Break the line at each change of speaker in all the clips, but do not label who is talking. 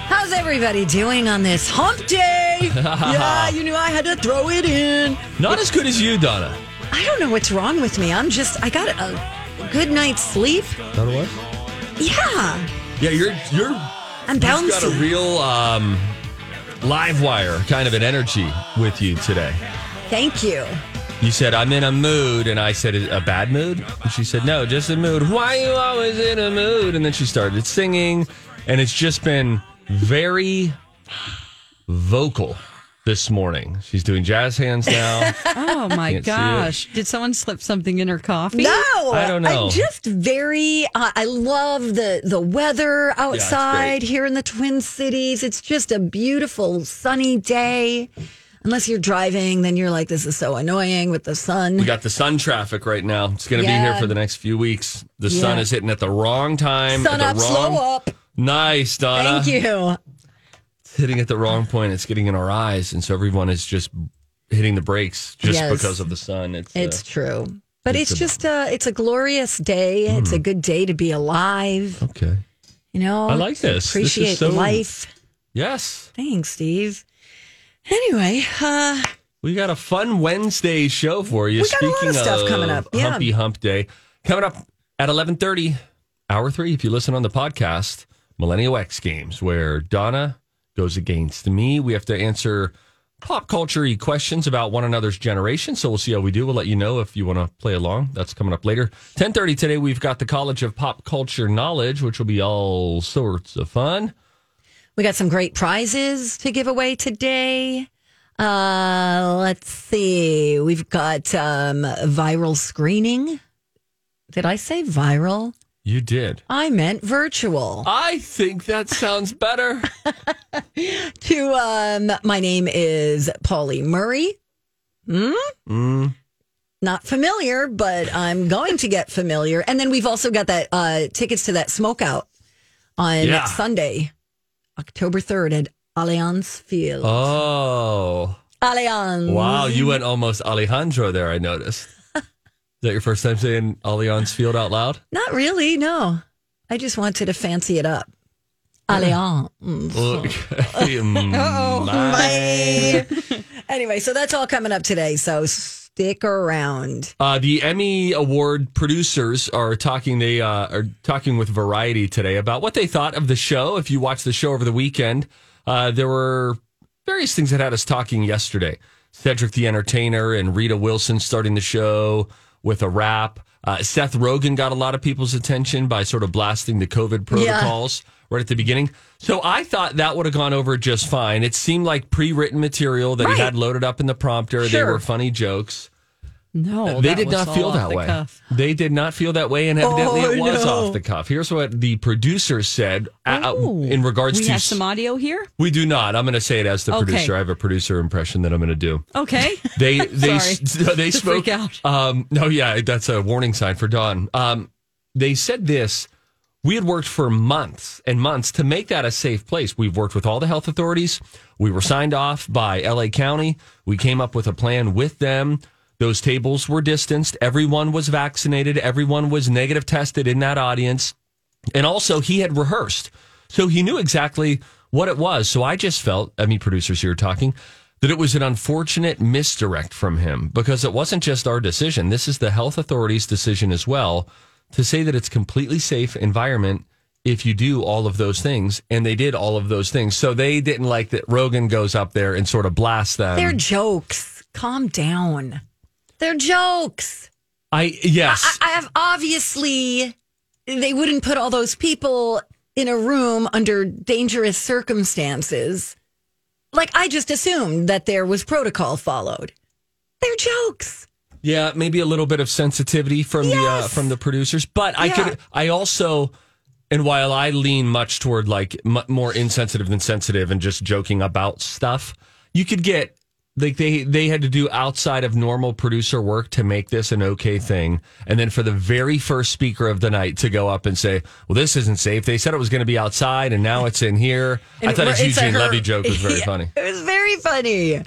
How's everybody doing on this hump day? yeah, you knew I had to throw it in.
Not as good as you, Donna.
I don't know what's wrong with me. I'm just, I got a good night's sleep.
Donna what?
Yeah,
Yeah, you're you're
I'm
you've got a
bouncy.
real um live wire kind of an energy with you today.
Thank you.
You said I'm in a mood, and I said a bad mood. And she said no, just a mood. Why you always in a mood? And then she started singing, and it's just been very vocal this morning. She's doing jazz hands now.
Oh
Can't
my
see it.
gosh. Did someone slip something in her coffee?
No,
I don't know.
am just very. Uh, I love the the weather outside
great.
here in the Twin Cities. It's just a beautiful sunny day. Unless you're driving, then you're like, this is so annoying with the sun.
We got the sun traffic right now. It's going to be
Yeah.
here for the next few weeks. The sun
Yeah.
is hitting at the wrong time.
sun
at
up,
the wrong...
slow up.
Nice, Donna.
Thank you.
It's hitting at the wrong point. It's getting in our eyes, and so everyone is just hitting the brakes just
Yes.
because of the sun. It's, uh,
It's true. But
It's
it's,
a-
just a, it's a glorious day. It's a good day to be alive.
uh, okay.
You know,
I like this. This is
Appreciate
so-
life.
Yes,
Thanks, Steve. Anyway, uh,
we got a fun Wednesday show for you.
We got a lot
Speaking
of stuff coming up. Yeah.
Humpy Hump Day coming up at eleven thirty, hour three. If you listen on the podcast, Millennial X Games, where Donna goes against me, we have to answer pop culture questions about one another's generation. So we'll see how we do. We'll let you know if you want to play along. That's coming up later. 10:30 today we've got the College of Pop Culture Knowledge, which will be all sorts of fun.
we got some great prizes to give away today. Uh, let's see. We've got um, viral screening. Did I say viral?
You did.
I meant virtual.
I think that sounds better.
to um, my name is Polly Murray. Hmm?
Mm.
not familiar, but I'm going to get familiar. And then we've also got that uh, tickets to that smoke out on
Yeah.
Sunday, October 3rd at Allianz Field.
Oh.
Allianz.
Wow, you went almost Alejandro there, I noticed. Is that your first time saying Allianz Field out loud?
Not really, no. I just wanted to fancy it up. Allianz.
oh
Bye. anyway, so that's all coming up today. So stick around.
Uh, the Emmy Award producers are talking. They uh, are talking with Variety today about what they thought of the show. If you watched the show over the weekend, uh, there were various things that had us talking yesterday. Cedric the Entertainer and Rita Wilson starting the show with a rap. Uh, Seth Rogen got a lot of people's attention by sort of blasting the COVID protocols right at the beginning. So I thought that would have gone over just fine. It seemed like pre-written material that he had loaded up in the prompter. They
Sure.
were funny jokes.
No.
Uh, They
Oh, that
did
was
not
all
feel
off
that
the
way.
cuff.
They did not feel that way, and evidently
Oh,
it was
no.
off the cuff. Here's what the producer said uh, uh, in regards
Oh. We
to.
have some audio here.
we do not. I'm going to say it as the
Okay.
producer. I have a producer impression that I'm going to do.
Okay.
They they
Sorry.
they
To
spoke
freak out.
Um, no, yeah, that's a warning sign for Dawn. Um, they said this. We had worked for months and months to make that a safe place. We've worked with all the health authorities. We were signed off by LA County. We came up with a plan with them. Those tables were distanced. Everyone was vaccinated. Everyone was negative tested in that audience. And also, he had rehearsed. So he knew exactly what it was. So I just felt, I mean, producers here talking, that it was an unfortunate misdirect from him because it wasn't just our decision. This is the health authorities' decision as well to say that it's completely safe environment if you do all of those things. And they did all of those things. So they didn't like that Rogan goes up there and sort of blasts them.
They're jokes. Calm down. They're jokes.
I, yes.
I, I have obviously they wouldn't put all those people in a room under dangerous circumstances. Like I just assumed that there was protocol followed. They're jokes.
Yeah, maybe a little bit of sensitivity from the uh,
Yes.
from the producers, but I
Yeah.
could I also and while I lean much toward like m- more insensitive than sensitive and just joking about stuff, you could get like they they had to do outside of normal producer work to make this an okay thing, and then for the very first speaker of the night to go up and say, "Well, this isn't safe." They said it was going to be outside, and now it's in here. I
And
thought his
it's a
Eugene
her-
Levy joke was very
Yeah,
funny.
It was very funny.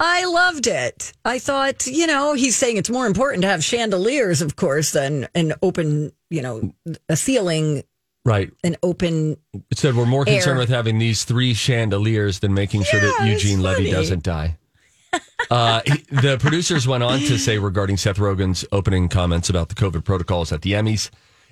I loved it. I thought, you know, he's saying it's more important to have chandeliers, of course, than an open, you know, a ceiling,
Right.
an open.
It said we're more concerned
Air.
with having these three chandeliers than making sure that
Yeah, it's
Eugene Levy
funny.
doesn't die. uh, he- the producers went on to say regarding Seth Rogen's opening comments about the COVID protocols at the Emmys,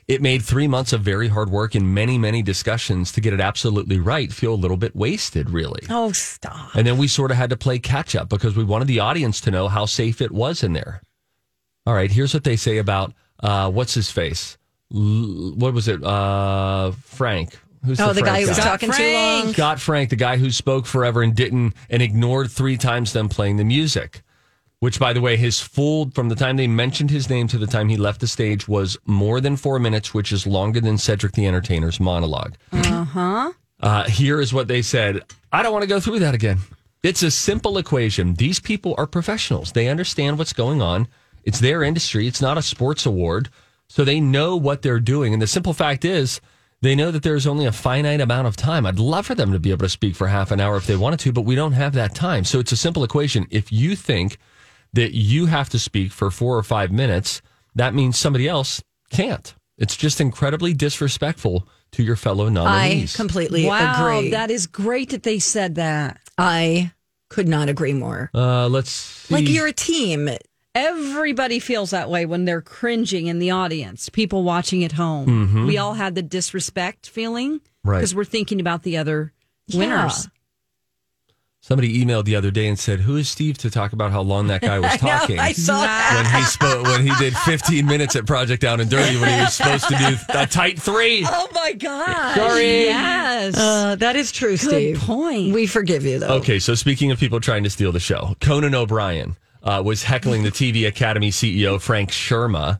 it made three months of very hard work and many, many discussions to get it absolutely right feel a little bit wasted, really.
Oh, stop.
And then we sort of had to play catch up because we wanted the audience to know how safe it was in there. All right, here's what they say about uh, what's his face? L- what was it? Uh, Frank. Who's
Oh, the,
Frank
guy who was talking too long.
Scott Frank, the guy who spoke forever and didn't and ignored three times them playing the music, which by the way, his full from the time they mentioned his name to the time he left the stage was more than four minutes, which is longer than Cedric the Entertainer's monologue. Uh, here is what they said. I don't want to go through that again. It's a simple equation. These people are professionals. They understand what's going on. It's their industry. It's not a sports award. So they know what they're doing. And the simple fact is, they know that there's only a finite amount of time. I'd love for them to be able to speak for half an hour if they wanted to, but we don't have that time. So it's a simple equation. If you think that you have to speak for four or five minutes, that means somebody else can't. It's just incredibly disrespectful to your fellow
I
nominees.
completely
wow,
agree.
that is great that they said that.
I could not agree more.
Uh, let's see.
Like you're a team.
Everybody feels that way when they're cringing in the audience, people watching at home. We all had the disrespect feeling
Mm-hmm. Right.
because we're thinking about the other winners.
somebody emailed the other day and said, "Who is Steve to talk about how long that guy was talking?"
I saw that.
when he spoke, when he did 15 minutes at Project Down and Dirty, when he was supposed to do a tight three.
Oh my god.
Sorry.
Yes.
Uh, that is true,
Good
Steve.
point.
We forgive you though.
Okay, so speaking of people trying to steal the show, Conan O'Brien uh, was heckling the TV Academy CEO Frank Sherma,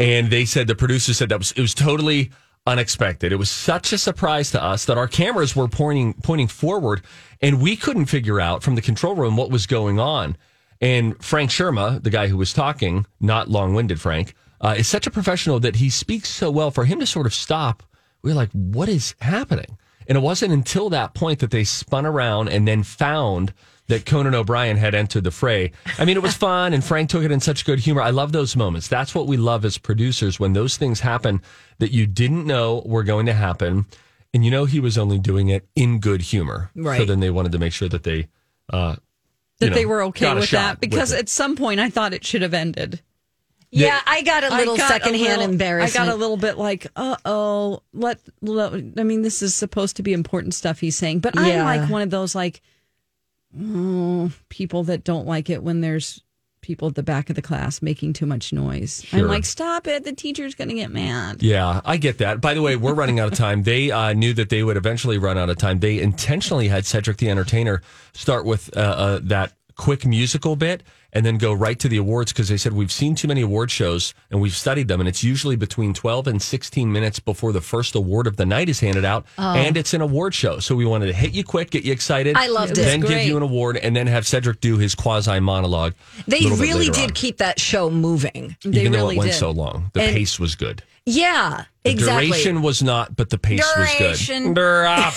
and they said the producer said that was it was totally unexpected. It was such a surprise to us that our cameras were pointing pointing forward, and we couldn't figure out from the control room what was going on. And Frank Sherma, the guy who was talking, not long winded Frank, uh, is such a professional that he speaks so well. For him to sort of stop, we were like, what is happening? And it wasn't until that point that they spun around and then found that Conan O'Brien had entered the fray. I mean, it was fun, and Frank took it in such good humor. I love those moments. That's what we love as producers when those things happen that you didn't know were going to happen. And you know, he was only doing it in good humor. So
Right.
then they wanted to make sure that they, uh,
that
you know,
they were okay
got a
with
shot
that because
it.
at some point I thought it should have ended.
Yeah, I got a little
I got a
secondhand
little-
embarrassment.
I got a little bit like, uh oh, let, let- I mean, this is supposed to be important stuff he's saying, but
Yeah.
I'm like one of those like oh, people that don't like it when there's people at the back of the class making too much noise.
Sure.
I'm like, stop it! The teacher's gonna get mad.
Yeah, I get that. By the way, we're running out of time. They uh, knew that they would eventually run out of time. They intentionally had Cedric the Entertainer start with uh, uh, that quick musical bit and then go right to the awards because they said we've seen too many award shows and we've studied them and it's usually between 12 and 16 minutes before the first award of the night is handed out and it's an award show so we wanted to hit you quick get you excited
Oh. I loved it.
then give
Great.
you an award and then have Cedric do his quasi monologue
they really did keep that show moving.
They
even though it
really
went
did.
so long the pace was good
Yeah, exactly.
Duration was not, but the pace was
Duration.
good. Durah.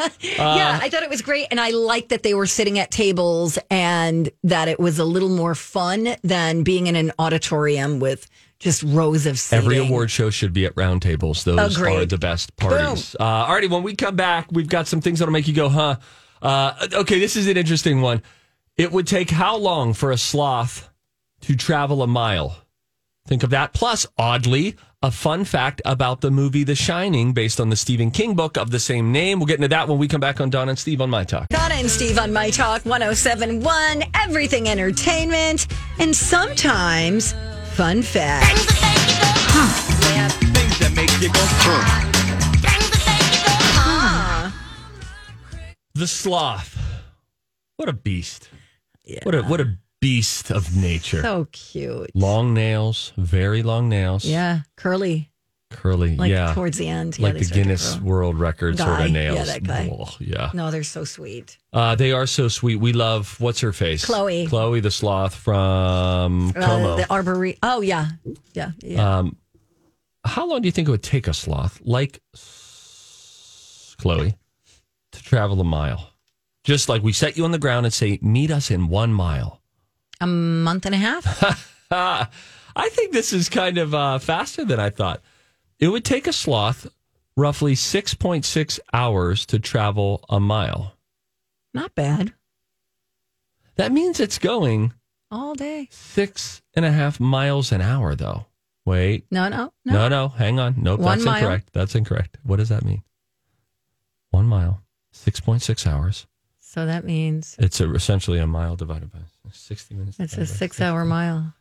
uh,
yeah, I thought it was great, and I liked that they were sitting at tables and that it was a little more fun than being in an auditorium with just rows of seating.
Every award show should be at round tables. Those
Agreed.
are the best parties. Uh, alrighty, when we come back, we've got some things that'll make you go, huh? Uh, okay, this is an interesting one. It would take how long for a sloth to travel a mile? Think of that. Plus, oddly, a fun fact about the movie The Shining based on the Stephen King book of the same name. We'll get into that when we come back on Don and Steve on My Talk.
Donna and Steve on My Talk 1071, everything entertainment, and sometimes fun facts.
Things that make you go, huh.
The sloth. What a beast. What a what a beast of nature.
So cute.
long nails, very long nails.
Yeah, curly,
Curly.
like
yeah.
towards the end. Yeah,
like
they
the
start to
Guinness
grow.
World Record sort
Guy.
of
Yeah,
nails.
that guy.
Oh, yeah.
No, they're so sweet.
Uh, they are so sweet. We love what's her face?
Chloe.
Chloe the sloth from
Uh,
Como.
the arbory. Oh, yeah. Yeah. yeah.
um, how long do you think it would take a sloth like s- Chloe to travel a mile? Just like we set you on the ground and say, "Meet us in one mile."
a month and a half.
Ah, I think this is kind of uh, faster than I thought. It would take a sloth roughly six point six hours to travel a mile.
Not bad.
That means it's going
All day.
six and a half miles an hour, though. Wait,
No, no, no.
no, no, hang on. Nope,
One
that's
mile.
incorrect. That's incorrect. What does that mean? One mile, 6.6 hours.
So that means
It's a, essentially a mile divided by 60 minutes.
it's a
divided by
six hour mile.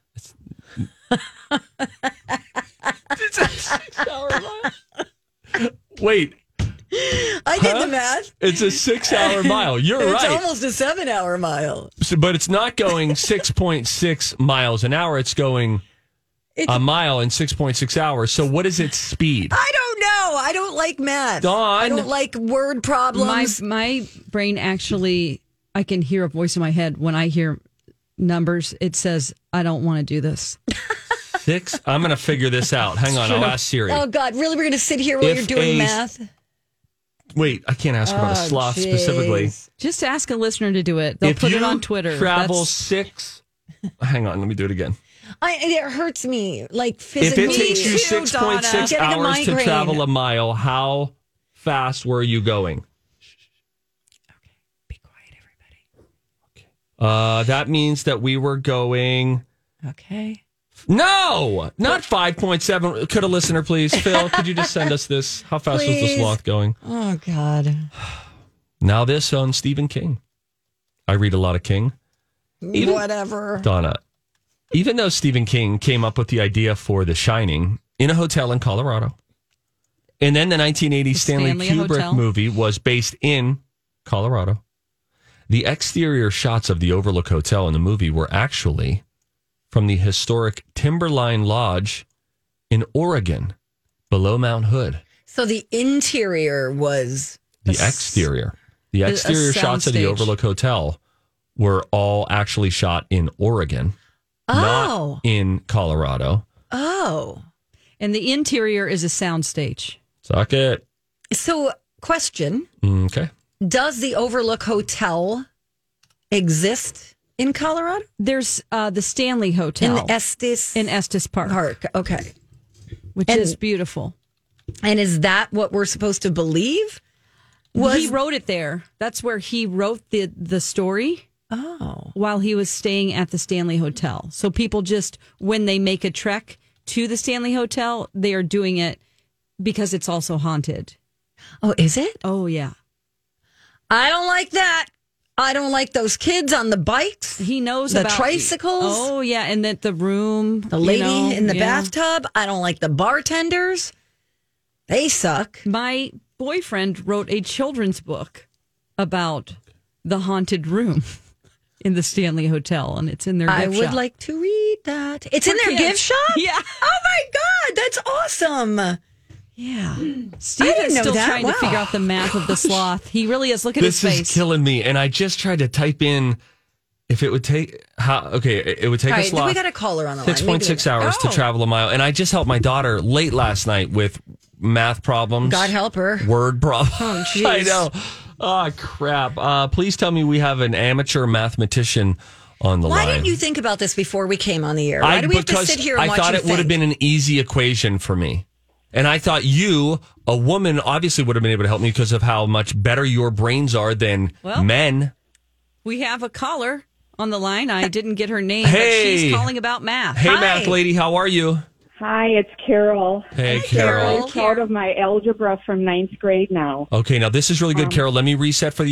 It's a six hour mile. Wait,
I did
Huh?
the math.
it's a six hour mile. You're
It's
right.
almost a seven hour mile.
So- but it's not going 6.6 miles an hour. It's going a mile in 6.6 hours. So what is its speed?
I don't know. I don't like math.
Dawn.
I don't like word
My
problems.
my brain actually, I can hear a voice in my head when I hear numbers. It says, "I don't want to do this."
Six? I'm going to figure this out. Hang on. I'll ask Siri.
oh God, really? We're gonna sit here while
If
you're doing
a-
math?
Wait, I can't ask about a
Oh,
sloth specifically.
jeez.
Just ask a listener to do it. They'll put it
you
on Twitter.
Travel
That's-
six. Hang on, let me do it again.
I, it hurts me, like
If
physically.
it takes you
too,
six point
Donna.
six
Getting a
hours to
migraine.
travel a mile, how fast were you going?
Be quiet, everybody.
Uh, that means that we were going.
Okay.
No, not five point seven. Could a listener please, Phil? could you just send us this? How fast was the
Please.
sloth going?
Oh God.
Now this on Stephen King. I read a lot of King. Even-
Whatever.
Donna, even though Stephen King came up with the idea for The Shining in a hotel in Colorado, and then the 1980
The
Stanley,
Stanley
Kubrick
Hotel.
movie was based in Colorado, the exterior shots of the Overlook Hotel in the movie were actually from the historic Timberline Lodge in Oregon below Mount Hood.
So the interior was
The
A s-
exterior, the
a
exterior shots of the
soundstage.
Overlook Hotel were all actually shot in Oregon
oh
not in Colorado.
oh.
and the interior is a soundstage.
Suck it.
So question:
Okay.
Does the Overlook Hotel exist in Colorado
There's uh, the Stanley
in
Hotel
the Estes
in Estes Park,
Park? Okay.
which
And-
is beautiful.
And is that what we're supposed to believe? Was
he wrote it there. That's where he wrote the the story
oh
while he was staying at the Stanley Hotel. So people just when they make a trek to the Stanley Hotel, they are doing it because it's also haunted.
oh is it?
Oh yeah.
I don't like that. I don't like those kids on the bikes,
He knows
The
about
tricycles?
Oh yeah, and that the room,
the lady
you know,
in the
yeah.
bathtub. I don't like the bartenders. They suck.
My boyfriend wrote a children's book about the haunted room in the Stanley Hotel, and it's in their.
I
gift
would
shop.
like to read that. It's in
For
their
kids.
gift shop?
Yeah.
Oh my God, that's awesome.
Yeah.
I
Steve
didn't
is
know
still
that.
trying
Wow.
to figure out the math of the sloth. He really is. Look at
This
his
is
face.
killing me. And I just tried to type in if it would take how okay, it it would take
All
a
right,
slot
we got a caller on the line.
six point six hours to
Oh.
travel a mile. And I just helped my daughter late last night with math problems.
God help her.
Word problems.
Oh, jeez.
I know. Oh crap. Uh, please tell me we have an amateur mathematician on the
Why
line.
didn't you think about this before we came on the air? Why do we have to
because
sit here and
I
watch
thought
you
it would have
think?
been an easy equation for me. And I thought you, a woman, obviously would have been able to help me because of how much better your brains are than
Well,
men.
We have a caller on the line. I didn't get her name,
Hey.
but she's calling about math.
Hey,
Hi.
math lady, how are you?
Hi, it's Carol.
Hey, Carol.
I'm proud of my algebra from ninth grade now.
Okay, now this is really
Um,
good, Carol. Let me reset for the.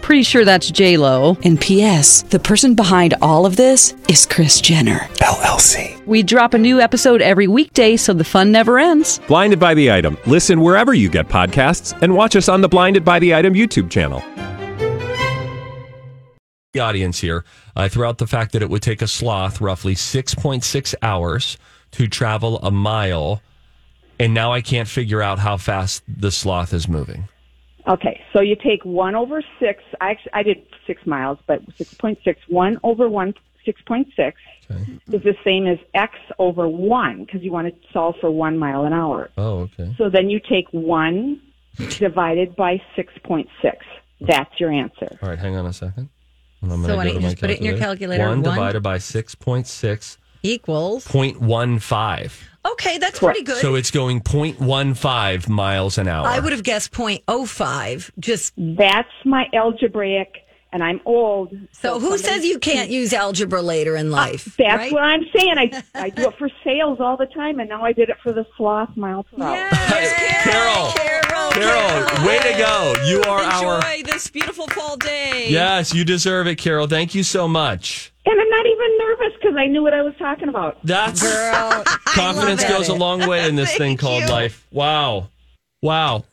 Pretty sure that's J Lo.
And P.S. The person behind all of this is Chris Jenner
LLC.
We drop a new episode every weekday, so the fun never ends.
Blinded by the item. Listen wherever you get podcasts, and watch us on the Blinded by the Item YouTube channel.
the audience here. I threw out the fact that it would take a sloth roughly 6.6 hours to travel a mile. And now I can't figure out how fast the sloth is moving.
Okay, so you take one over six. I actually, I did six miles, but six point six. One over one, six point six is the same as x over one because you want to solve for one mile an hour.
Oh, okay.
So then you take one divided by six point six. That's your answer.
All right, hang on a second. And
So
gonna
why don't
go
you
to my
just put it in your calculator, one-
One, divided by 6.6.15.
Equals. Okay, that's pretty good.
So it's going 0.15 miles an hour.
I would have guessed 0.05. Just
That's my algebraic, and I'm old.
so who
somebody-
says you can't use algebra later in life?
That's
right?
what I'm saying. I I do it for sales all the time, and now I did it for the sloth mile per hour.
Carol,
Carol,
Carol, way to go. You are our.
Enjoy this beautiful fall day.
Yes, you deserve it, Carol. Thank you so much.
And I'm not even nervous because I knew what I was talking about.
That's confidence
love
goes
it.
a long way in this thing called life. Wow. Wow.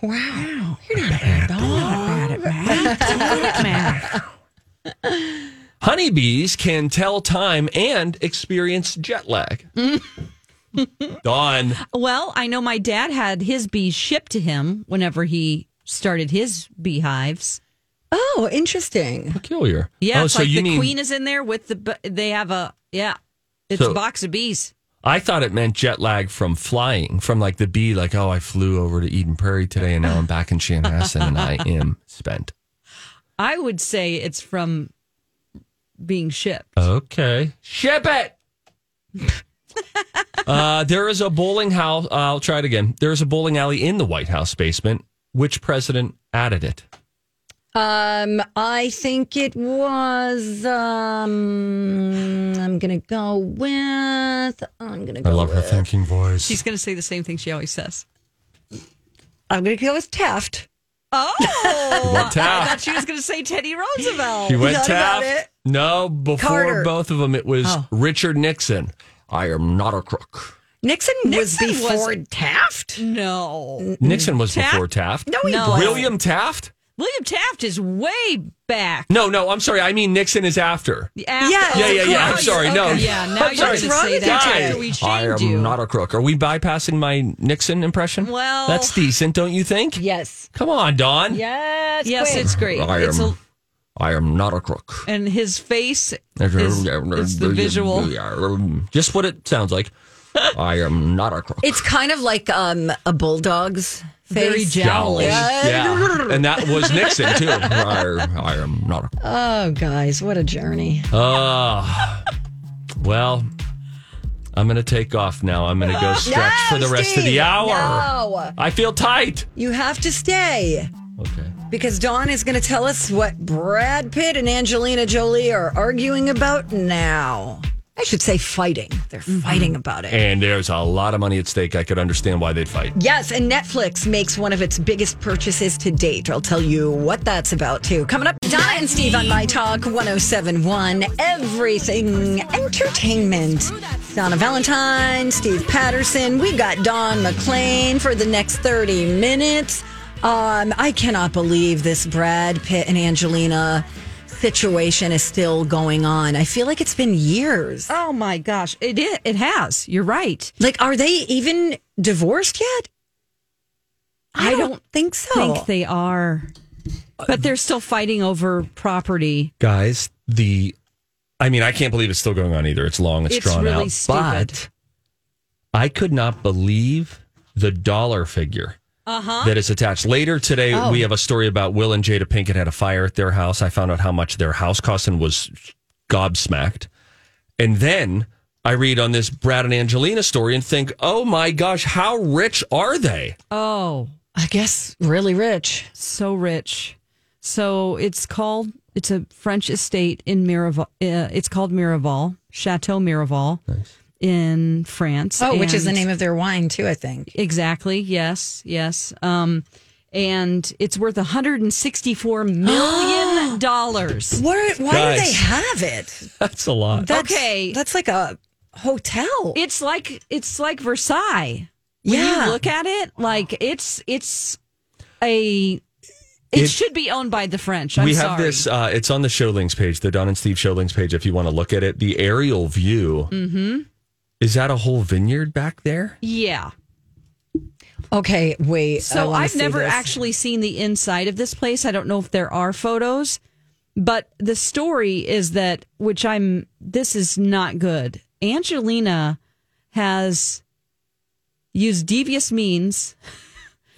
Wow.
Honeybees can tell time and experience jet lag. Dawn.
Well, I know my dad had his bees shipped to him whenever he started his beehives.
Oh, interesting.
Peculiar.
Yeah,
Oh,
it's
so
like
you
the
mean
queen is in there with the. bu- They have a yeah. It's
So-
a box of bees.
I thought it meant jet lag from flying, from like the bee, like, oh, I flew over to Eden Prairie today and now I'm back in Chanhassen and I am spent.
I would say it's from being shipped.
Okay. Ship it. uh, there is a bowling house. uh, I'll try it again. There is a bowling alley in the White House basement. Which president added it?
Um, I think it was. Um, I'm gonna go with. I'm gonna go. with,
thinking voice.
She's going to say the same thing she always says.
I'm gonna go with Taft.
Oh, I
went Taft.
thought she was going to say Teddy Roosevelt.
She went
Not about
Taft.
it.
No, before
Carter.
both of them, it was
Oh.
Richard Nixon. I am not a crook.
Nixon,
Nixon
was before
wasn't-
Taft.
No,
Nixon was
Mm. Taft?
before Taft.
No, he No. wasn't.
William Taft.
William Taft is way back.
No, no, I'm sorry. I mean Nixon is after.
Yeah,
After-
Yeah, yeah, yeah. I'm
Christ.
sorry. No.
Okay, yeah, now
I'm
you're
sorry.
going to say
with you
that
today?
after we
I
shamed
am
you.
not a crook. Are we bypassing my Nixon impression?
Well-
that's decent, don't you think?
Yes.
Come on, Don.
Yes.
yes, it's great.
I
It's a,
am. I am not a crook.
and his face is, is the visual.
um, Just what it sounds like. I am not a crook.
It's kind of like um a bulldog's face.
Very jowly.
Yeah. And that was Nixon, too. I, I am not a crook.
Oh, guys, what a journey.
Oh, well, I'm going to take off now. I'm going to go stretch for the rest of the
Steve,
hour.
no.
I feel tight.
You have to stay
Okay.
because Dawn is going to tell us what Brad Pitt and Angelina Jolie are arguing about now. I should say fighting. They're fighting about it.
Mm-hmm. And there's a lot of money at stake. I could understand why they'd fight.
Yes, and Netflix makes one of its biggest purchases to date. I'll tell you what that's about, too. Coming up, Donna and Steve on My Talk 1071, Everything Entertainment. Donna Valentine, Steve Patterson. We got Don McClain for the next 30 minutes. Um, I cannot believe this Brad Pitt and Angelina situation is still going on. I feel like it's been years.
Oh my gosh, it is, it has. You're right.
Like, are they even divorced yet? I don't, think so.
Think they are, but they're still fighting over property.
guys, the I mean, I can't believe it's still going on either. It's long, it's,
It's
drawn
really
out.
stupid.
But I could not believe the dollar figure
Uh-huh.
that is attached. Later today,
Oh.
we have a story about Will and Jada Pinkett had a fire at their house. I found out how much their house cost and was gobsmacked. And then I read on this Brad and Angelina story and think, oh my gosh, how rich are they?
Oh,
I guess really rich.
so rich. So it's called. It's a French estate in Miraval. Uh, it's called Miraval Chateau Miraval in France.
Oh, which is the
and-
name of their wine too, I think.
Exactly. Yes. Yes. Um, and it's worth 164 million dollars.
Where, why do they
Guys.
have it?
That's a lot.
That's,
Okay.
that's like a hotel.
It's like it's like Versailles. When
yeah,
you look at it, like it's it's a it,
It-
should be owned by the French. I'm
we have
sorry.
this. Uh, it's on the show links page, the Don and Steve show links page. If you want to look at it, the aerial view. Mm-hmm. Is that a whole vineyard back there?
Yeah.
okay, wait. I
So
wanna
I've
see
never
this.
actually seen the inside of this place. I don't know if there are photos, but the story is that, which I'm, this is not good. Angelina has used devious means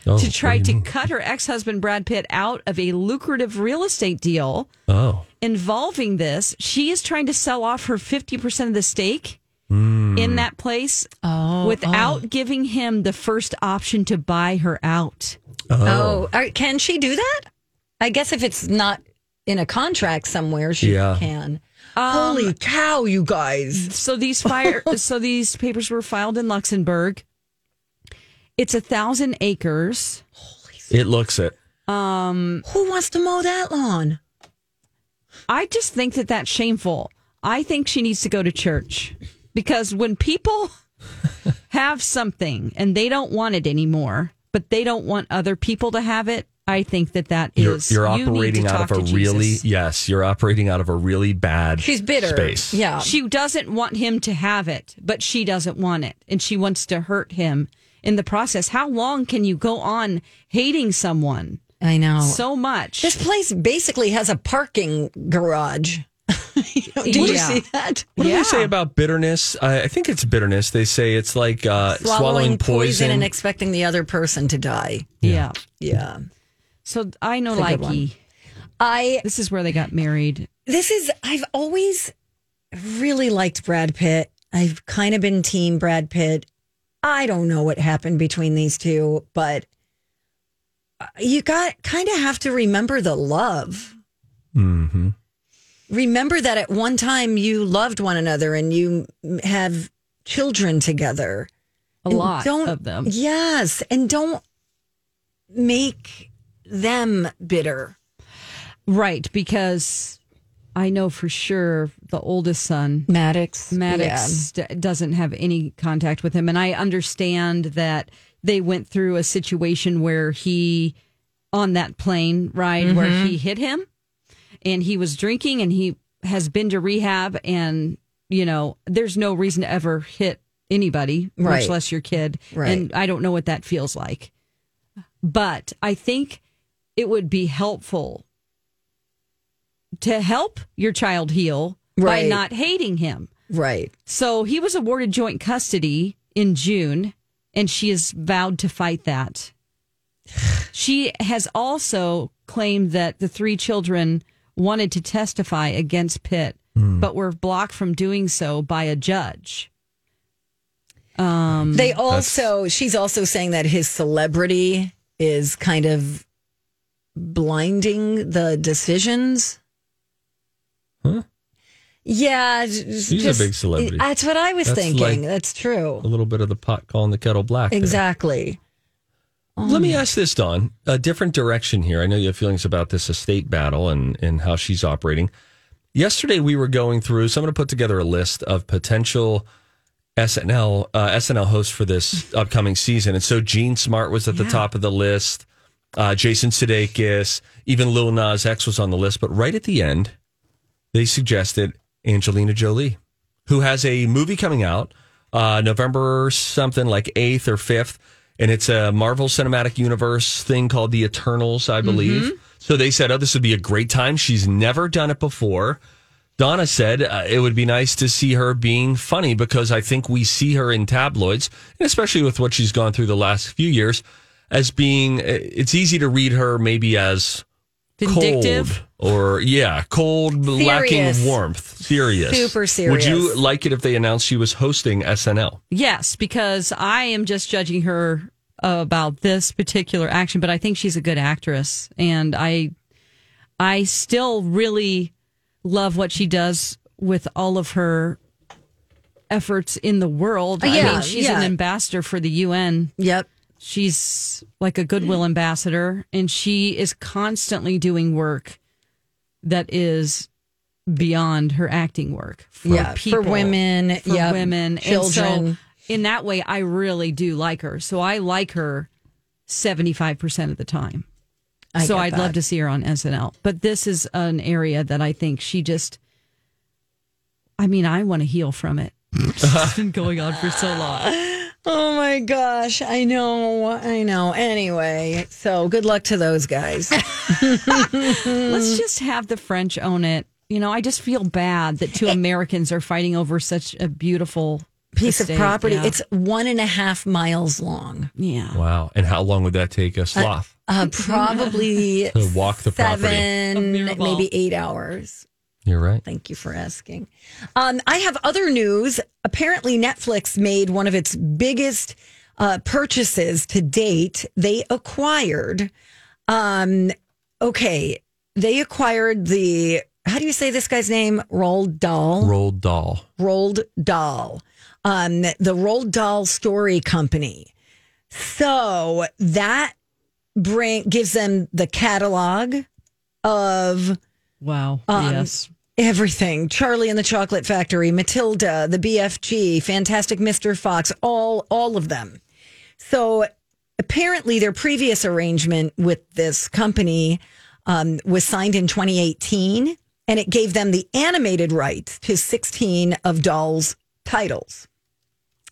Oh,
to try
what do
to
you
cut her ex husband, Brad Pitt, out of a lucrative real estate deal
mean? Oh,
involving this. She is trying to sell off her 50% of the stake
Hmm.
in that place
Oh,
without giving him the first option to buy her out.
Oh, All right, can she do that? I guess if it's not in a contract somewhere, she
Yeah.
can.
Um,
Holy cow, you guys!
So these fire so these papers were filed in Luxembourg. It's a thousand acres.
it looks it.
Who wants to mow that lawn?
I just think that that's shameful. I think she needs to go to church because when people have something and they don't want it anymore, but they don't want other people to have it, I think that that
You're,
is-
you're
you need
operating
to
out
talk
of a
to
really
Jesus.
yes. You're operating out of a really bad.
She's bitter.
Space.
Yeah.
She doesn't want him to have it, but she doesn't want it. And she wants to hurt him in the process. How long can you go on hating someone
I know.
so much?
this place basically has a parking garage. You know, Did you
Yeah.
see that?
What do
Yeah.
they say about bitterness? I I think it's bitterness. They say it's like uh, swallowing, poison.
and expecting the other person to die.
yeah.
Yeah.
So I know
It's a good one.
Likey.
I
This is where they got married.
this is I've always really liked Brad Pitt. I've kind of been team Brad Pitt. I don't know what happened between these two, but uh, you got kind of have to remember the love.
mm-hmm.
Remember that at one time you loved one another and you have children together.
A
And
lot of them.
Yes, and don't make them bitter.
Right. Because I know for sure the oldest son,
Maddox.
Maddox, d- doesn't have any contact with him. And I understand that they went through a situation where he, on that plane ride,
Mm-hmm.
where he hit him and he was drinking and he has been to rehab. And, you know, there's no reason to ever hit anybody,
Right.
much less your kid.
Right.
And I don't know what that feels like. But I think it would be helpful to help your child heal
Right.
by not hating him.
Right.
So he was awarded joint custody in June, and she has vowed to fight that. she has also claimed that the three children wanted to testify against Pitt, but were blocked from doing so by a judge.
They
Mm-hmm.
also, she's also saying that his celebrity is kind of blinding the decisions.
Huh?
Yeah, she's
a big celebrity.
That's what I was
That's
thinking.
like-
that's true.
A little bit of the pot calling the kettle black. there.
Exactly.
Let me ask this, Don. A different direction here. I know you have feelings about this estate battle and, and how she's operating. Yesterday, we were going through. Someone put together a list of potential SNL uh, SNL hosts for this upcoming season, and so Gene Smart was at the top of the list. Uh, Jason Sudeikis, even Lil Nas X was on the list, but right at the end, they suggested Angelina Jolie, who has a movie coming out uh, November something like 8th or 5th. And it's a Marvel Cinematic Universe thing called The Eternals, I believe. So they said, oh, this would be a great time. She's never done it before. Donna said uh, it would be nice to see her being funny because I think we see her in tabloids, and especially with what she's gone through the last few years, as being uh, it's easy to read her maybe as
Vindictive?
cold or yeah, cold,
Serious.
lacking warmth, serious,
Super
Would you
serious.
like it if they announced she was hosting SNL?
Yes, because I am just judging her about this particular action, but I think she's a good actress, and I, I still really love what she does with all of her efforts in the world.
Uh,
I
yeah,
mean, she's
yeah.
an ambassador for the UN.
Yep.
She's like a goodwill ambassador, and she is constantly doing work that is beyond her acting work for
yeah.
people
For women.
for
yep.
women,
Children.
And so in that way, I really do like her. So I like her seventy five percent of the time.
I
so
get
I'd
that.
love to see her on SNL. But this is an area that I think she just. I mean, I want to heal from it. it's been going on for so long.
Oh my gosh. I know. I know. Anyway, so good luck to those guys. Mm.
Let's just have the French own it. You know, I just feel bad that two Americans are fighting over such a beautiful
Piece
estate.
of property.
Yeah.
It's one and a half miles long.
yeah.
Wow! And how long would that take a sloth
Uh, probably
to walk the property?
seven,
miracle.
maybe eight hours.
You're right.
Thank you for asking. Um, I have other news. Apparently, Netflix made one of its biggest uh, purchases to date. They acquired, um, okay, they acquired the, how do you say this guy's name? Roald Dahl?
Rolled doll.
Rolled Dahl, um, the Rolled Dahl Story Company. So that bring gives them the catalog of um,
Wow. yes.
everything charlie and the chocolate factory matilda the bfg fantastic mr fox all all of them so apparently their previous arrangement with this company um, was signed in 2018 and it gave them the animated rights to 16 of doll's titles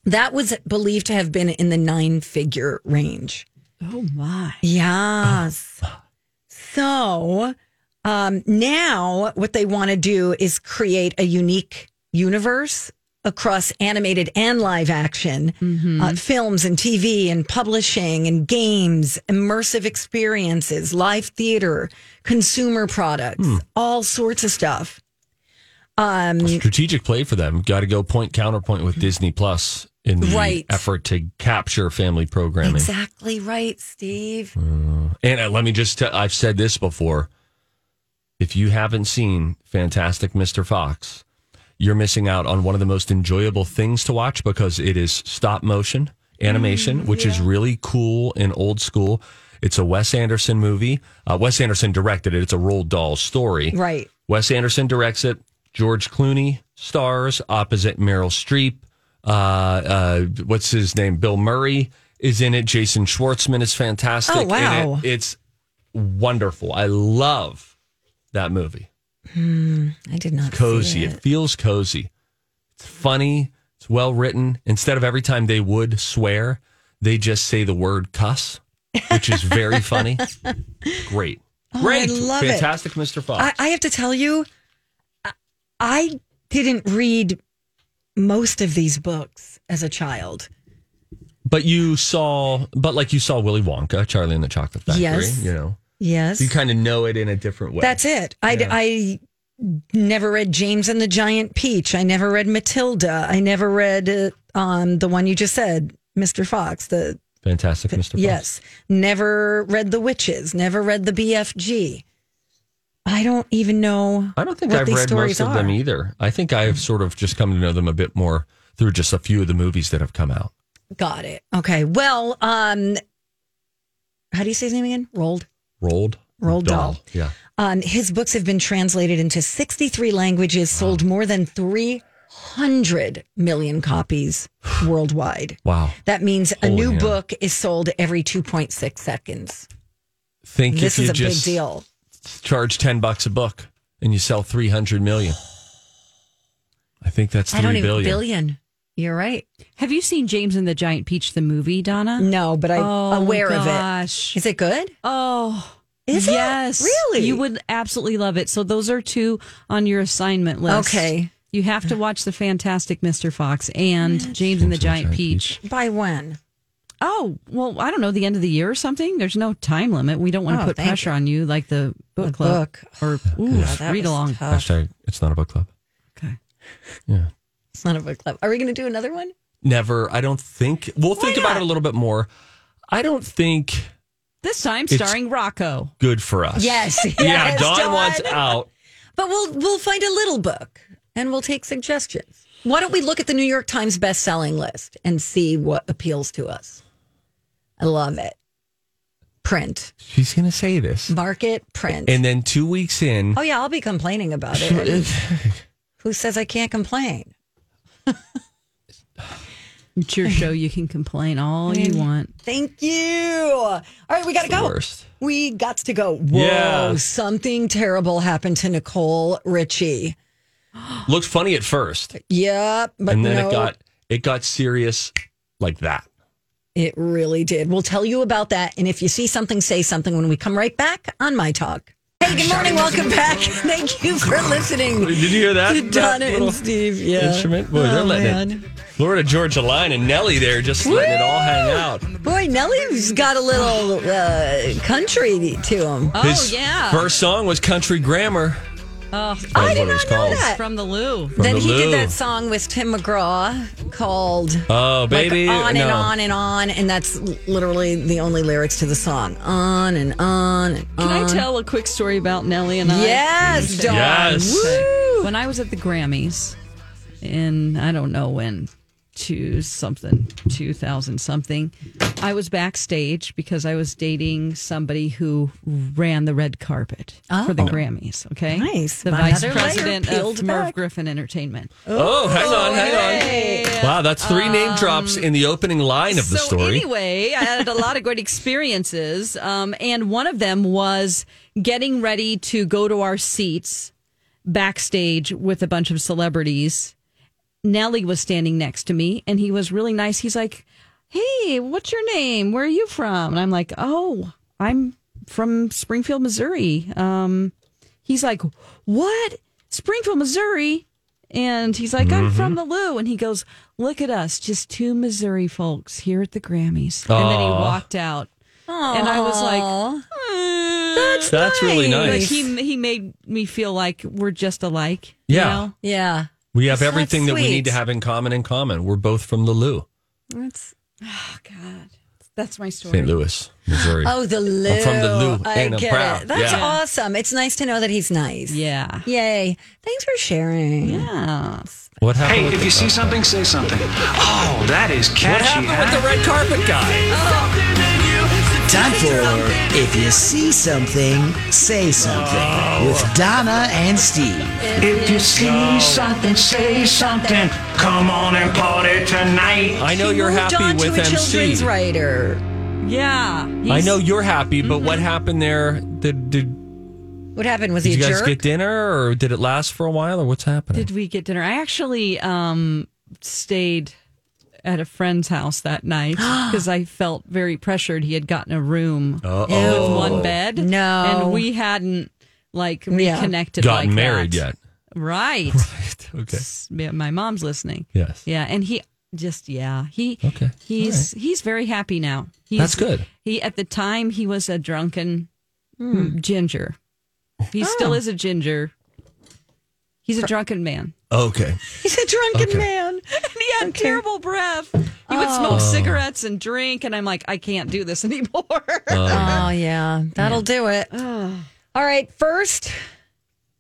that was believed to have been in the nine figure range
Oh my.
Yes. So um, now what they want to do is create a unique universe across animated and live action uh, films and TV and publishing and games, immersive experiences, live theater, consumer products, all sorts of stuff. Um,
strategic play for them. Got to go point counterpoint with Disney Plus in the
Right.
effort to capture family programming.
exactly right, Steve.
And uh, let me just tell I've said this before. If you haven't seen Fantastic Mr. Fox, you're missing out on one of the most enjoyable things to watch because it is stop motion animation, which is really cool and old school. It's a Wes Anderson movie. Uh, Wes Anderson directed it. It's a Roald Dahl story.
Right.
Wes Anderson directs it. George Clooney stars opposite Meryl Streep. Uh, uh, what's his name? Bill Murray is in it. Jason Schwartzman is fantastic.
Oh,
in it.
wow.
It's wonderful. I love that movie.
I did not see
Cozy.
it.
It feels cozy. It's funny. It's well written. Instead of every time they would swear, they just say the word cuss, which is very funny. Great. Great.
Oh, love it.
Fantastic Mr. Fox.
I, I have to tell you, I- I didn't read most of these books as a child.
But you saw, but like you saw Willy Wonka, Charlie and the Chocolate Factory.
Yes.
You know,
Yes.
you kind of know it in a different way.
That's it. I, I never read James and the Giant Peach. I never read Matilda. I never read uh, um, the one you just said, Mr. Fox. The
fantastic, Mr. Fox.
Yes. Never read The Witches. Never read The BFG. I don't even know.
I don't think
what
I've
these
read
stories
most of them
are.
either. I think I've sort of just come to know them a bit more through just a few of the movies that have come out.
Got it. Okay. Well, um, how do you say his name again? Rolled.
Rolled.
Roald
Dahl.
Dahl.
Yeah.
Um, his books have been translated into 63 languages, sold more than 300 million copies worldwide.
Wow.
That means a
Holy
new
hell.
book is sold every 2.6 seconds.
Think
This is
if you
a big
just
deal.
charge ten bucks a book and you sell 300 million. I think that's
I
three
don't even
billion.
billion. You're right.
Have you seen James and the Giant Peach, the movie, Donna?
No, but I'm
Oh,
aware
gosh.
of it. Is it good?
Oh,
Is it?
yes.
Really?
You would absolutely love it. So those are two on your assignment list.
Okay.
You have to watch the Fantastic Mr. Fox and James and the Giant, Peach.
By when?
Oh well, I don't know the end of the year or something. There's no time limit. We don't want to
Oh,
put
thank
pressure
you.
on you like the book
The
club
book.
or ooh,
Yeah, that
read
was
along.
tough.
Hashtag, it's not a book club.
Okay.
Yeah.
It's not a book club. Are we going to do another one?
Never. I don't think. We'll think about it a little bit more. I don't think
This time
It's-
starring Rocco.
good for us.
Yes.
Yeah,
Yes,
Dawn,
Dawn.
wants out.
But we'll we'll find a little book and we'll take suggestions. Why don't we look at the New York Times best-selling list and see what appeals to us? I love it. Print,
She's going to say this.
market, print.
And then two weeks in,
oh yeah, I'll be complaining about it. Who says I can't complain?
It's your show. You can complain all you want.
Thank you. All right, we got to
the
go.
worst.
We got to go. Whoa,
Yeah.
something terrible happened to Nicole Richie.
looked funny at first,
Yep, but
and then
no.
it got it got serious like that.
It really did. We'll tell you about that. And if you see something, say something when we come right back on My Talk. Hey, good morning. Welcome back. Thank you for listening.
Did you hear that?
To Donna
That little
and Steve. Yeah.
Instrument. Boy, they're
Oh,
letting it-
man.
Florida Georgia Line and Nelly there just letting it all hang out.
Boy, Nelly's got a little uh, country to him.
Oh
His
yeah.
First song was Country Grammar.
oh,
That's
I did
what it was
not know
called.
that.
from the Lou.
From
then
the
he
Lou.
did that song with Tim McGraw called
Oh, baby.
like, on and
no.
on and on. And that's literally the only lyrics to the song. On and on and
Can
on.
I tell a quick story about Nellie and I?
Yes, Dawn.
Yes.
Woo.
When I was at the Grammys in, I don't know when, two something, 2000 something, I was backstage because I was dating somebody who ran the red carpet for the Grammys. Okay.
Oh. Nice.
The
Another
vice
layer
president
peeled
of Merv
back.
Griffin Entertainment.
Oh, hang on, hang on. Wow, that's three
Um,
name drops in the opening line of the
so
story.
anyway, I had a lot of great experiences, um, and one of them was getting ready to go to our seats backstage with a bunch of celebrities. Nelly was standing next to me, and he was really nice. He's like, "Hey, what's your name? Where are you from?" And I'm like, "Oh, I'm from Springfield, Missouri." Um, he's like, What? Springfield, Missouri? And he's like, I'm from
Mm-hmm.
the Lou. And he goes, Look at us, just two Missouri folks here at the Grammys. And then he
Aw.
walked out. And I was like,
That's,
That's really
Like
nice.
he, he made me feel like we're just alike.
Yeah.
Yeah.
we have
That's
everything that we
sweet.
need to have in common in common. We're both from the Lou,
That's
Oh, God. That's my story.
St. Louis, Missouri.
oh the Lou.
I'm from the Lou,
I
and I'm
get
proud.
it. That's
Yeah.
awesome. It's nice to know that he's nice.
Yeah.
Yay. Thanks for sharing.
Yeah.
What happened?
Hey,
with
if
the-
you see something, say something. Oh, that is
What
catchy.
happened with the red carpet guy?
Time for If You See Something, Say Something with Donna and Steve.
If you see something, say something. Come on and party tonight.
I know
He
you're
moved
happy
on
with
to a
MC.
children's writer.
Yeah.
I
He's-
know you're happy, but what happened there? Did, did,
What happened? Was
did
Mm-hmm. he
you
a
guys
jerk?
get dinner or did it last for a while or what's happening?
Did we get dinner? I actually um, stayed at a friend's house that night because I felt very pressured. He had gotten a room
Oh.
with one bed.
Oh. No.
And we hadn't like
Yeah.
reconnected.
Gotten
like
married
that.
yet?
Right.
Okay.
Yeah, my mom's listening.
Yes.
Yeah. And he just, yeah. He,
Okay.
he's, he's very happy now. He's,
That's good.
He, at the time, he was a drunken
Hmm.
ginger.
Oh.
He still is a ginger. He's a drunken man.
Okay.
He's a drunken
Okay.
man.
And he had terrible breath. He would smoke
Oh.
cigarettes and drink, and I'm like, I can't do this anymore.
Uh.
Oh, yeah. That'll do it. All right. First,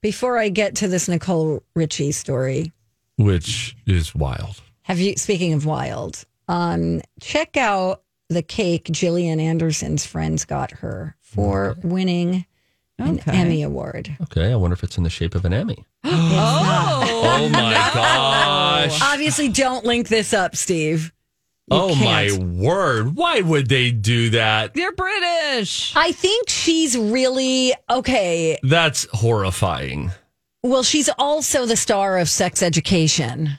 before I get to this Nicole Richie story,
Which is wild.
Have you, speaking of wild, um, check out the cake Jillian Anderson's friends got her for winning an
Okay.
Emmy Award.
Okay. I wonder if it's in the shape of an Emmy. Oh my gosh.
Obviously, don't link this up, Steve. You
Oh my
can't.
word. Why would they do that?
They're British.
I think she's really okay.
That's horrifying.
Well, she's also the star of Sex Education.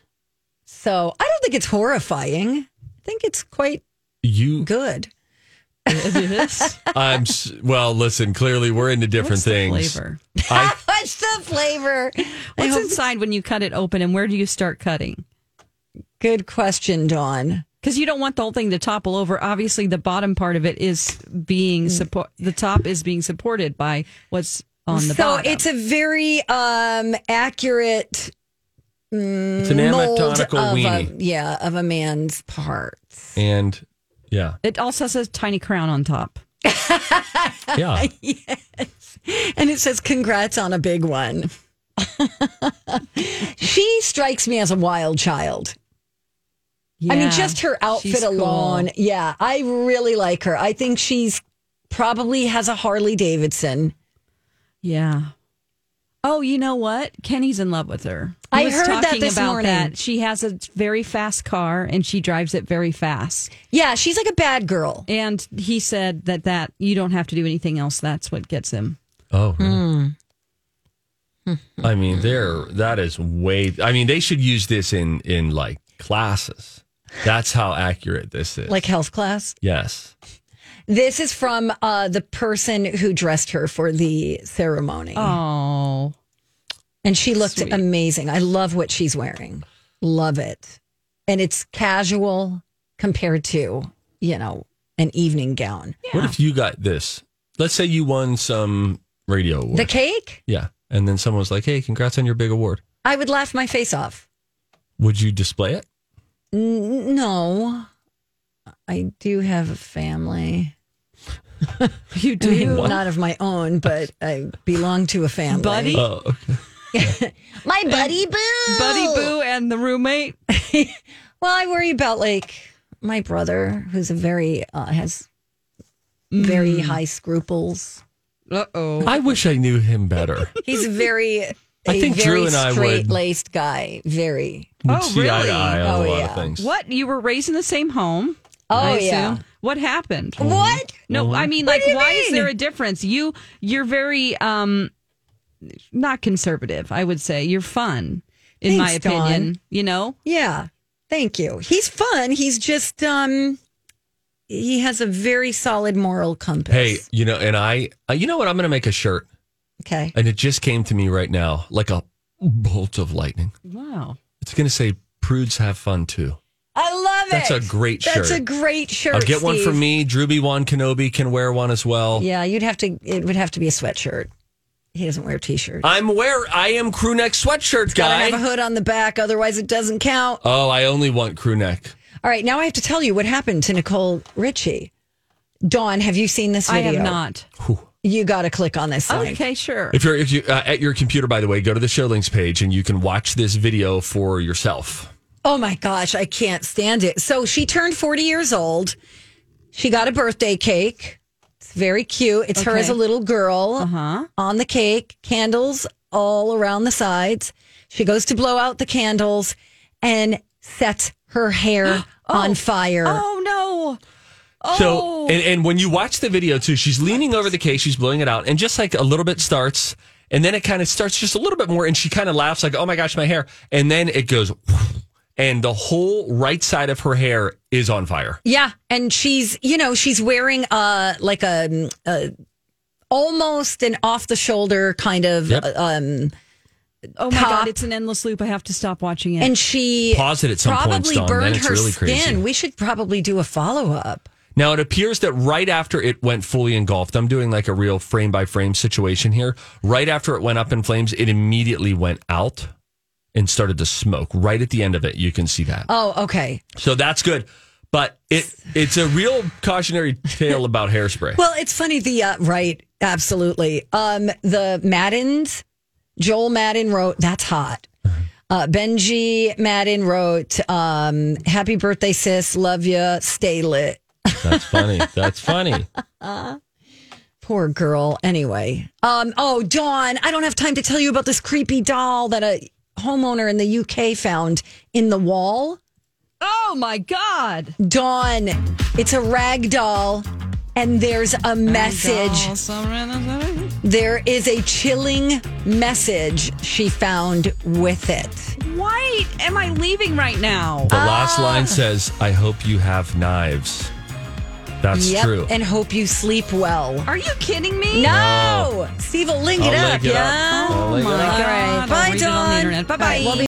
So I don't think it's horrifying. I think it's quite
You
good.
I'm s- well. Listen, clearly we're into different
What's the
things.
flavor?
I,
What's the flavor? I
What's
hope-
inside when you cut it open, and where do you start cutting?
Good question, Dawn.
Because you don't want the whole thing to topple over. Obviously, the bottom part of it is being
Mm.
support. The top is being supported by what's on the
so
bottom.
it's a very um, accurate
it's an
mold
anatomical
of
weenie,
a yeah of a man's parts.
and yeah,
it also has a tiny crown on top.
yeah.
And it says, Congrats on a big one. she strikes me as a wild child. I
Yeah,
mean, just her outfit
she's cool.
alone. Yeah, I really like her. I think she's probably has a Harley Davidson.
Yeah. Oh, you know what? Kenny's in love with her. He
I
was
heard that
talking
this
about
morning.
That. She has a very fast car and she drives it very fast.
Yeah, she's like a bad girl.
And he said that that you don't have to do anything else. That's what gets him.
Oh, really?
Hmm.
I mean, there. That is way. I mean, they should use this in in like classes. That's how accurate this is.
Like health class.
yes,
This is from uh, the person who dressed her for the ceremony.
Oh,
And she looked amazing. I love what she's wearing. Love it. And it's casual compared to, you know, an evening gown.
What if you got this? Let's say you won some radio award.
The cake,
yeah, and then someone was like, "Hey, congrats on your big award."
I would laugh my face off.
Would you display it?
N- No, I do have a family.
you
I mean,
do.
not of my own, but I belong to a family.
Buddy?
Oh, okay.
My buddy boo.
Buddy Boo and the roommate.
Well, I worry about like my brother, who's a very, uh, has
Mm.
very high scruples.
Uh oh.
I wish I knew him better.
He's very. a
think
very
Drew and I would.
straight laced guy. Very.
We'd
Oh,
see eye
really?
to eye on
Oh,
a lot
yeah.
of things.
What? You were raised in the same home?
Oh
I
yeah.
assume? What happened?
What?
No, I mean, like,
do you
why is
mean?
there a difference? You, you're very, um, not conservative. I would say you're fun, in my
Thanks,
opinion.
Dawn.
You know,
Yeah. Thank you. He's fun. He's just um he has a very solid moral compass.
Hey, you know, and I, uh, you know what? I'm going to make a shirt,
Okay.
and it just came to me right now, like a bolt of lightning.
wow.
It's going to say, "Prudes have fun too."
I love
That's
it.
a great
That's
shirt.
a great shirt.
I'll get one for
Steve.
me. Drewby Wan Kenobi can wear one as well.
Yeah, you'd have to it would have to be a sweatshirt. He doesn't wear t-shirts.
I'm wear. I am crew neck sweatshirt
Gotta
Uh, guy.
have a hood on the back, otherwise it doesn't count.
oh, I only want crew neck.
All right, now I have to tell you what happened to Nicole Richie. Dawn, have you seen this
I
video?
have not. Oh,
You got to click on this link.
Okay, sure.
If you're if you uh, at your computer, by the way, go to the show links page and you can watch this video for yourself.
Oh my gosh, I can't stand it. So she turned 40 years old. She got a birthday cake. It's very cute. It's her as a little girl on the cake, candles all around the sides. She goes to blow out the candles and sets her hair on fire.
oh no. Oh.
So and, and when you watch the video too, she's leaning over the case, she's blowing it out, and just like a little bit starts, and then it kind of starts just a little bit more, and she kind of laughs like, "Oh my gosh, my hair!" And then it goes, and the whole right side of her hair is on fire.
Yeah, and she's you know she's wearing uh like a, a almost an off the shoulder kind of
Yep.
um
oh my
top.
god, it's an endless loop. I have to stop watching it.
and she
Pause it at some point,
probably
Dawn, then
burned
it's
her
really
skin.
crazy.
We should probably do a follow up.
Now it appears that right after it went fully engulfed, I'm doing like a real frame by frame situation here. Right after it went up in flames, it immediately went out and started to smoke. Right at the end of it, you can see that.
Oh, okay.
So that's good. But it it's a real cautionary tale about hairspray.
Well, it's funny. The uh, right, absolutely. Um, the Maddens, Joel Madden wrote, "That's hot."
Uh-huh.
Uh, Benji Madden wrote, um, "Happy birthday, sis. Love ya. Stay lit."
That's funny. That's funny.
Poor girl. Anyway, um, oh Dawn, I don't have time to tell you about this creepy doll that a homeowner in the UK found in the wall.
oh my god.
Dawn, it's a rag doll, and there's a message.
Doll, some random-
There is a chilling message she found with it.
Why am I leaving right now?
The last line says, I hope you have knives. That's
Yep,
true.
And hope you sleep well.
Are you kidding me? Oh,
No, Steve will link
I'll
it up.
link it up.
yeah.
I'll link it
All
up.
right.
I'll
Bye,
read it on the
Dawn.
internet.
All right,
Bye-bye.
we'll be